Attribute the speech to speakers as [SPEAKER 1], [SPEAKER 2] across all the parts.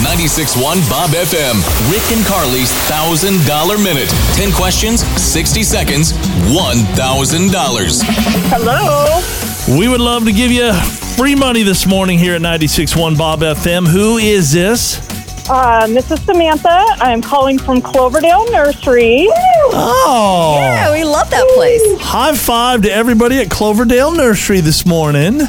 [SPEAKER 1] 96.1 Bob FM. Rick and Carly's $1,000 minute. 10 questions, 60 seconds, $1,000.
[SPEAKER 2] Hello.
[SPEAKER 3] We would love to give you free money this morning here at 96.1 Bob FM. Who is this?
[SPEAKER 2] Uh, this is Samantha. I'm calling from Cloverdale Nursery.
[SPEAKER 3] Oh,
[SPEAKER 4] Yeah, we love that place.
[SPEAKER 3] high five to everybody at Cloverdale Nursery this morning.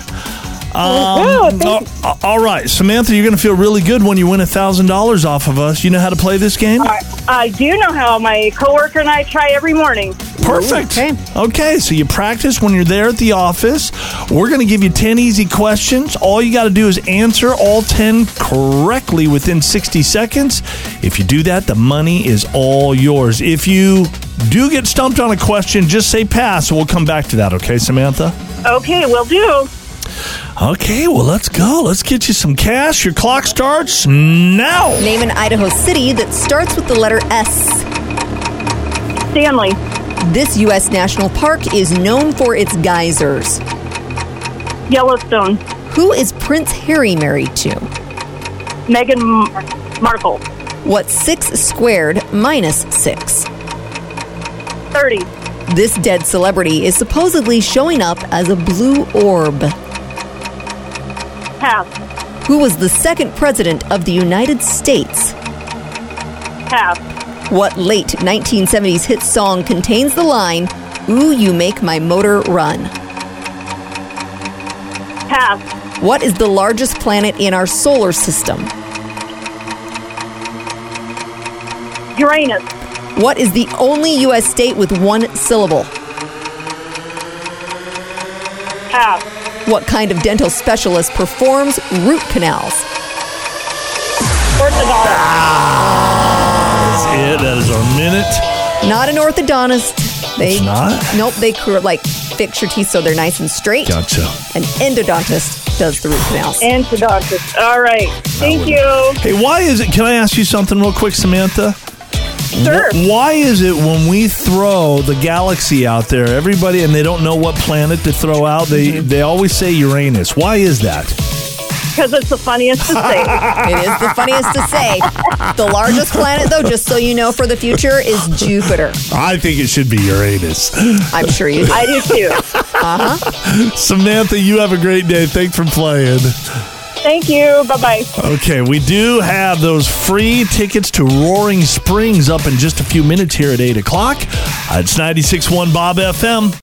[SPEAKER 2] Woohoo, thank
[SPEAKER 3] all- all right, Samantha, you're going to feel really good when you win $1,000 off of us. You know how to play this game?
[SPEAKER 2] I, I do know how my coworker and I try every morning.
[SPEAKER 3] Perfect.
[SPEAKER 4] Okay.
[SPEAKER 3] Okay, so you practice when you're there at the office. We're going to give you 10 easy questions. All you got to do is answer all 10 correctly within 60 seconds. If you do that, the money is all yours. If you do get stumped on a question, just say pass. We'll come back to that, okay, Samantha?
[SPEAKER 2] Okay, will do.
[SPEAKER 3] Okay, well, let's go. Let's get you some cash. Your clock starts now.
[SPEAKER 4] Name an Idaho city that starts with the letter S.
[SPEAKER 2] Stanley,
[SPEAKER 4] This U.S. national park is known for its geysers.
[SPEAKER 2] Yellowstone,
[SPEAKER 4] Who is Prince Harry married to?
[SPEAKER 2] Meghan Mar- Markle,
[SPEAKER 4] What's 6 squared minus 6?
[SPEAKER 2] 30,
[SPEAKER 4] This dead celebrity is supposedly showing up as a blue orb.
[SPEAKER 2] half,
[SPEAKER 4] Who was the second president of the United States?
[SPEAKER 2] half,
[SPEAKER 4] What late 1970s hit song contains the line, Ooh, you make my motor run?
[SPEAKER 2] half,
[SPEAKER 4] What is the largest planet in our solar system?
[SPEAKER 2] Uranus,
[SPEAKER 4] What is the only U.S. state with one syllable?
[SPEAKER 2] half,
[SPEAKER 4] What kind of dental specialist performs root canals?
[SPEAKER 2] orthodox,
[SPEAKER 3] That's it. That is our minute.
[SPEAKER 4] Not an orthodontist. They
[SPEAKER 3] It's not?
[SPEAKER 4] Nope. They cor- like fix your teeth so they're nice and straight.
[SPEAKER 3] Gotcha.
[SPEAKER 4] An endodontist does the root canals.
[SPEAKER 2] and orthodoxist. All right. Thank you.
[SPEAKER 3] Hey, why is it? Can I ask you something real quick, Samantha?
[SPEAKER 2] Sure.
[SPEAKER 3] Wh- Why is it when we throw the galaxy out there, everybody and they don't know what planet to throw out, they they always say Uranus. Why is that?
[SPEAKER 2] Because it's the funniest to say.
[SPEAKER 4] It is the funniest to say. The largest planet, though, just so you know for the future, is Jupiter.
[SPEAKER 3] I think it should be Uranus.
[SPEAKER 4] I'm sure you do.
[SPEAKER 2] I do too.
[SPEAKER 3] Samantha, you have a great day. Thanks for playing.
[SPEAKER 2] Thank you. Bye bye.
[SPEAKER 3] Okay, we do have those free tickets to Roaring Springs up in just a few minutes here at 8 o'clock. Uh, It's 96.1 Bob FM.